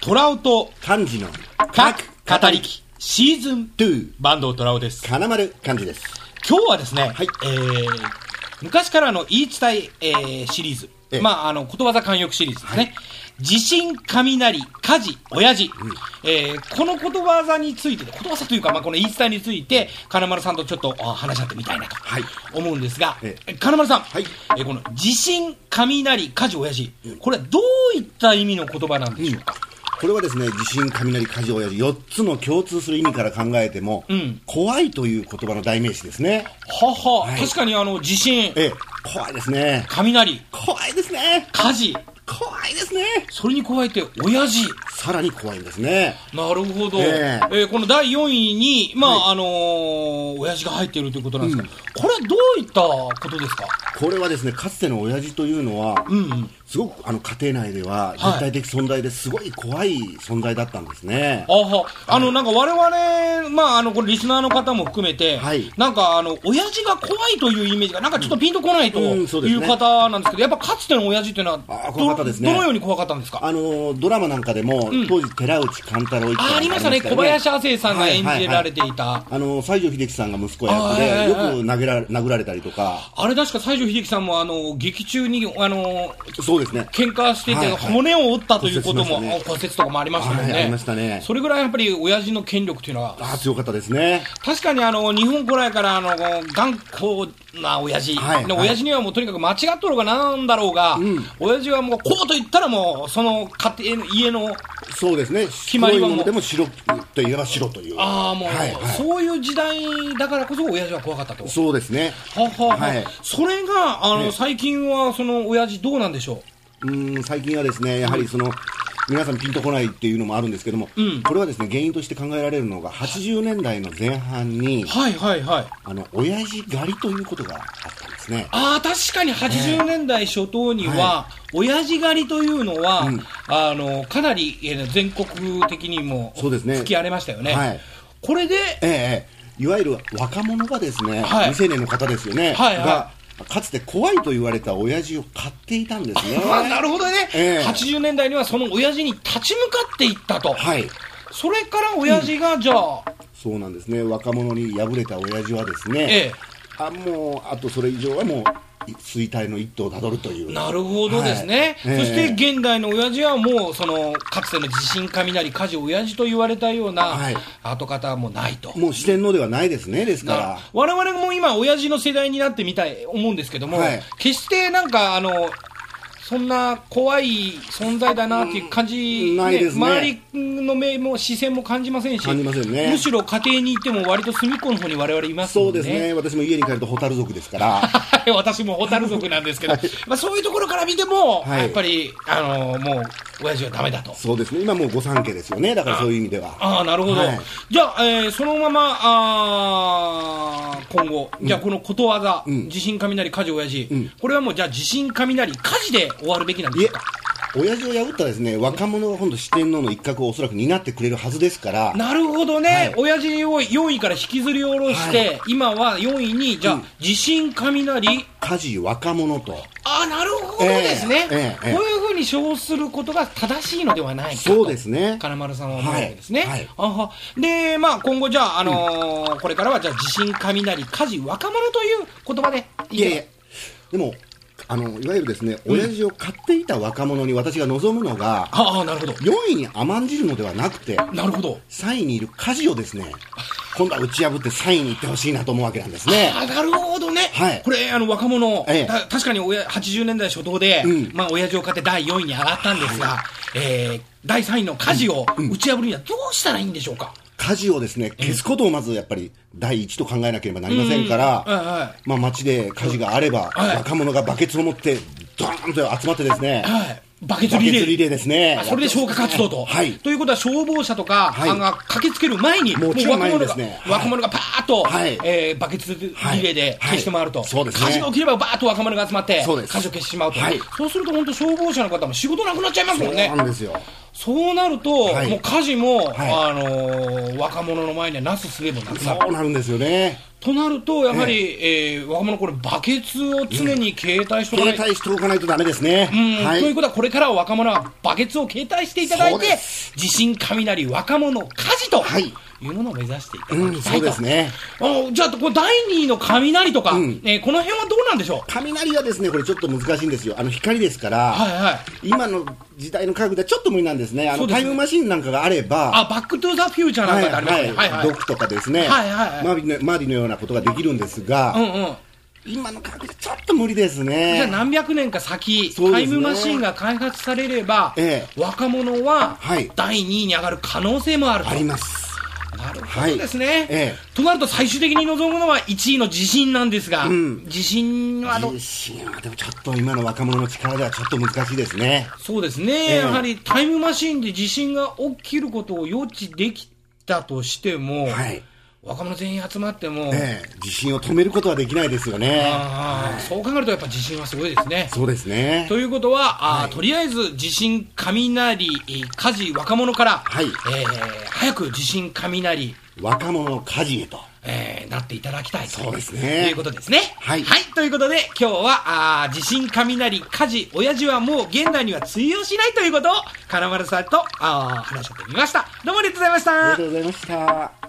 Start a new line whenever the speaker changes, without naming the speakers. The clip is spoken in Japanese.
トラウト
漢字の
各語りきシーズン
トゥ
バンドトラウです。
金丸漢字です
今日はですね、
はい
えー昔からの言い伝ええーシリーズ、
ええ
まあ、あのことわざ慣用句シリーズですね、地震、雷、火事、親父、えーこのことわざについて、ことわざというか、まあ、この言い伝えについて、金丸さんとちょっとあ話し合ってみたいなと
はい
思うんですが、
ええ
金丸さん、
はい
えーこの地震、雷、火事、親父、これはどういった意味の言葉なんでしょうか。
これはですね地震雷火事親父4つの共通する意味から考えても、
ん
怖いという言葉の代名詞ですね
はは、
はい
確かにあの地震、
ええ怖いですね
雷、
怖いですね
火事、
怖いですね
それに加えて親父。
さらに怖いんですね
なるほど、え
ええ
ーこの第4位に、まああのー親父が入っているということなんですが、これはどういったことですか、
これはですねかつての親父というのは、
うんうん、
すごくあの家庭内では
はい
絶対的存在ですごい怖い存在だったんですね、
あはあのなんか我々、まあ、あのこれリスナーの方も含めて、
はい
なんかあの親父が怖いというイメージが、なんかちょっとピンとこないと
うんうんそうで
い
す
う
ね
方なんですけど、やっぱかつての親父っていうのは、
あー
ど
怖かったですね
どのように怖かったんですか。
あのドラマなんかでも、当時寺内貫太郎一家
あーありましたね、小林亜生さんが演じられていた、
あの西城秀樹さんが息子役
あはい
で、
は
よ
いはい
く投げら殴られたりとか、
あれ確か西城秀樹さんもあの劇中にあの
そうですね、
喧嘩してて、
はいはい
骨を折ったということも、
骨折し
あ
ましたね
骨折とかもありましたもんね、
はいありましたね
それぐらいやっぱり親父の権力というのは、
あー強かったですね、
確かにあの日本古来からあの頑固な親父、
はい
で
はい
親父にはもうとにかく間違っとろうがなんだろうが、親父はもうこうと言ったら、もうその家庭の家の、
そうですね、
決まりはもう
黒いものでも白といえば白という、
ああ、もう、
はいはい
そういう時代だからこそ、親父は怖かったと。
そうですね、
ははは
はい
それがあの、
ね
最近はその親父どうなんでしょ
うーん最近はですね、やはりその、皆さんピンとこないっていうのもあるんですけども、これはですね原因として考えられるのが、80年代の前半に
う、はいはいはい
あの親父狩りということがあったんですね。
ああ確かに80年代初頭には、親父狩りというのは、あのかなりえー全国的にも
そうですね
突き荒れましたよね。
はい
これで、
ええええ、いわゆる若者がですね、
はい
未成年の方ですよね、
はいはい
がかつて怖いと言われた親父を買っていたんです ね。
まあ、なるほどね、
ええ
80年代にはその親父に立ち向かっていったと、
はい
それから親父が、じゃあ、
そうなんですね若者に敗れた親父はですね、
ええ
あもうあとそれ以上はもうい衰退の一途をたどるという
なるほどですね、
はいええ
そして現代の親父はもうそのかつての地震、雷、火事、親父と言われたような
はい
跡形はもうないと。
もう四天王ではないですねですから
我々も今、親父の世代になってみたい、思うんですけども、
はい
決してなんか、あの、そんな怖い存在だなっていう感じ、
うんないですね
周りの目も視線も感じませんし、
感じませんね
むしろ家庭にいても、割と隅っこの方に我々います
そ
も
うん
ね。
ですね私も家に帰ると蛍族ですから
はい私も蛍族なん ですけど、まあ、そういうところから見ても、
はい
やっぱり、あのもう、親父はダメだと。
そうですね今もう御三家ですよねだからそういう意味では
ああ、なるほど。
はい
じゃあ、えーそのまま、あー今後、じゃあこのことわざ、地震、雷、火事、親父、これはもう、じゃあ地震、雷、火事で終わるべきなんで
い
し
え
ょうか。
親父を破ったらですね若者が今度四天王の一角をおそらく担ってくれるはずですから
なるほどね、
はい
親父を4位から引きずり下ろして、
は
今は4位に、じゃあ、地震、雷、
家事若者と
ああ、なるほどですね、
ええええ
こういうふうに称することが正しいのではないかと。
そうですね
金丸さんは思うわけですね。
はいはい
あはで、まあ、今後、じゃあ、あのーこれからは、じゃあ、地震、雷、火事、若者という言葉でい
いやい
け
や
ば、
でも、あのいわゆるですね、親父を買っていた若者に私が望むのが、
ああ、なるほど。
4位に甘んじるのではなくて、
なるほど。
3位にいる家事をですね、今度は打ち破って3位に行ってほしいなと思うわけなんですね。
ああ、なるほどね。
はい
これ、あの、若者、
ええ
た確かに親80年代初頭で、
うん
まあ、親父を買って第4位に上がったんですが、えー第3位の火事を打ち破るにはどうしたらいいんでしょうか。
家事をですね、消すことをまずやっぱり第一と考えなければなりませんから、
うんはいはい
まあ街で火事があれば、
はい
若者がバケツを持って、ドーンと集まってですね、
はい。バケツ
バ
リ
ケ
レ
ツ
ー
リ。レーですね
あ。 それで消火活動と。
はい。
ということは消防車とか、
はい
あが駆けつける前に、
もちろん
若者が、
前にですねはい
若者がパーッと、
はい
えーバケツリレーで消して回ると。
はいはいそうですね
火事が起きればバーッと若者が集まって、
そうです
火事を消してしまうと。
はい
そうすると本当消防車の方も仕事なくなっちゃいますもんね
そう。なんですよ。
そうなると、
はい
もう家事も、
は
あのー若者の前にはなすすべもなくなる
そうなるんですよね。
となると、やはり、えー若者、これ、バケツを常に携帯しておかな
携
い、
帯しておかないとダメですね。
うん
は
という
い。
ことは、これからは若者はバケツを携帯していただい
そう
て
で、
地震、雷、若者、火事と
はい
いうものを目指していただきたいと、
うん、そうですね。
あじゃあ、これ第2位の雷とか、
うん
えーこの辺はどうなんでしょう。
雷はですね、これちょっと難しいんですよ。あの、光ですから、
はいはい
今の時代の科学ではちょっと無理なんですね。あ
そ
の、
うです
タ
ね
イムマシンなんかがあれば、
あ、バックトゥーザフューチャーなんかってありますね。はいはい。
毒とかですね、
はいはいはい
マービィのマーディのようなことができるんです
う
が、
んうん。
今の科学じゃちょっと無理です
じゃあ
ね。
何百年か先、
そう
タ
で
イ
すね
ムマシンが開発されれば、
え
若者は
はい
第2位に上がる可能性もあると。
あります。
なるほどですね、
ええ
となると最終的に望むのは1位の地震なんですが、
ん
地震はど
自信はでもちょっと今の若者の力ではちょっと難しいですね。
そうですね、
ええ
やはりタイムマシンで地震が起きることを予知できたとしても、
はい。
若者全員集まっても、
ええ、自信を止めることはできないですよね。
ああそう考えるとやっぱ地震はすごいですね。
そうですね。
ということは、あーとりあえず地震、雷、えー火事、若者から、
はい
えー早く地震、雷、
若者の家事へと。
えーなっていただきたいと
そうですね
いうことですね。
はい
ということで、今日は、あー地震、雷、火事、親父はもう現代には通用しないということを、金丸さんと、あー話し合ってみました。どうもありがとうございました。
ありがとうございました。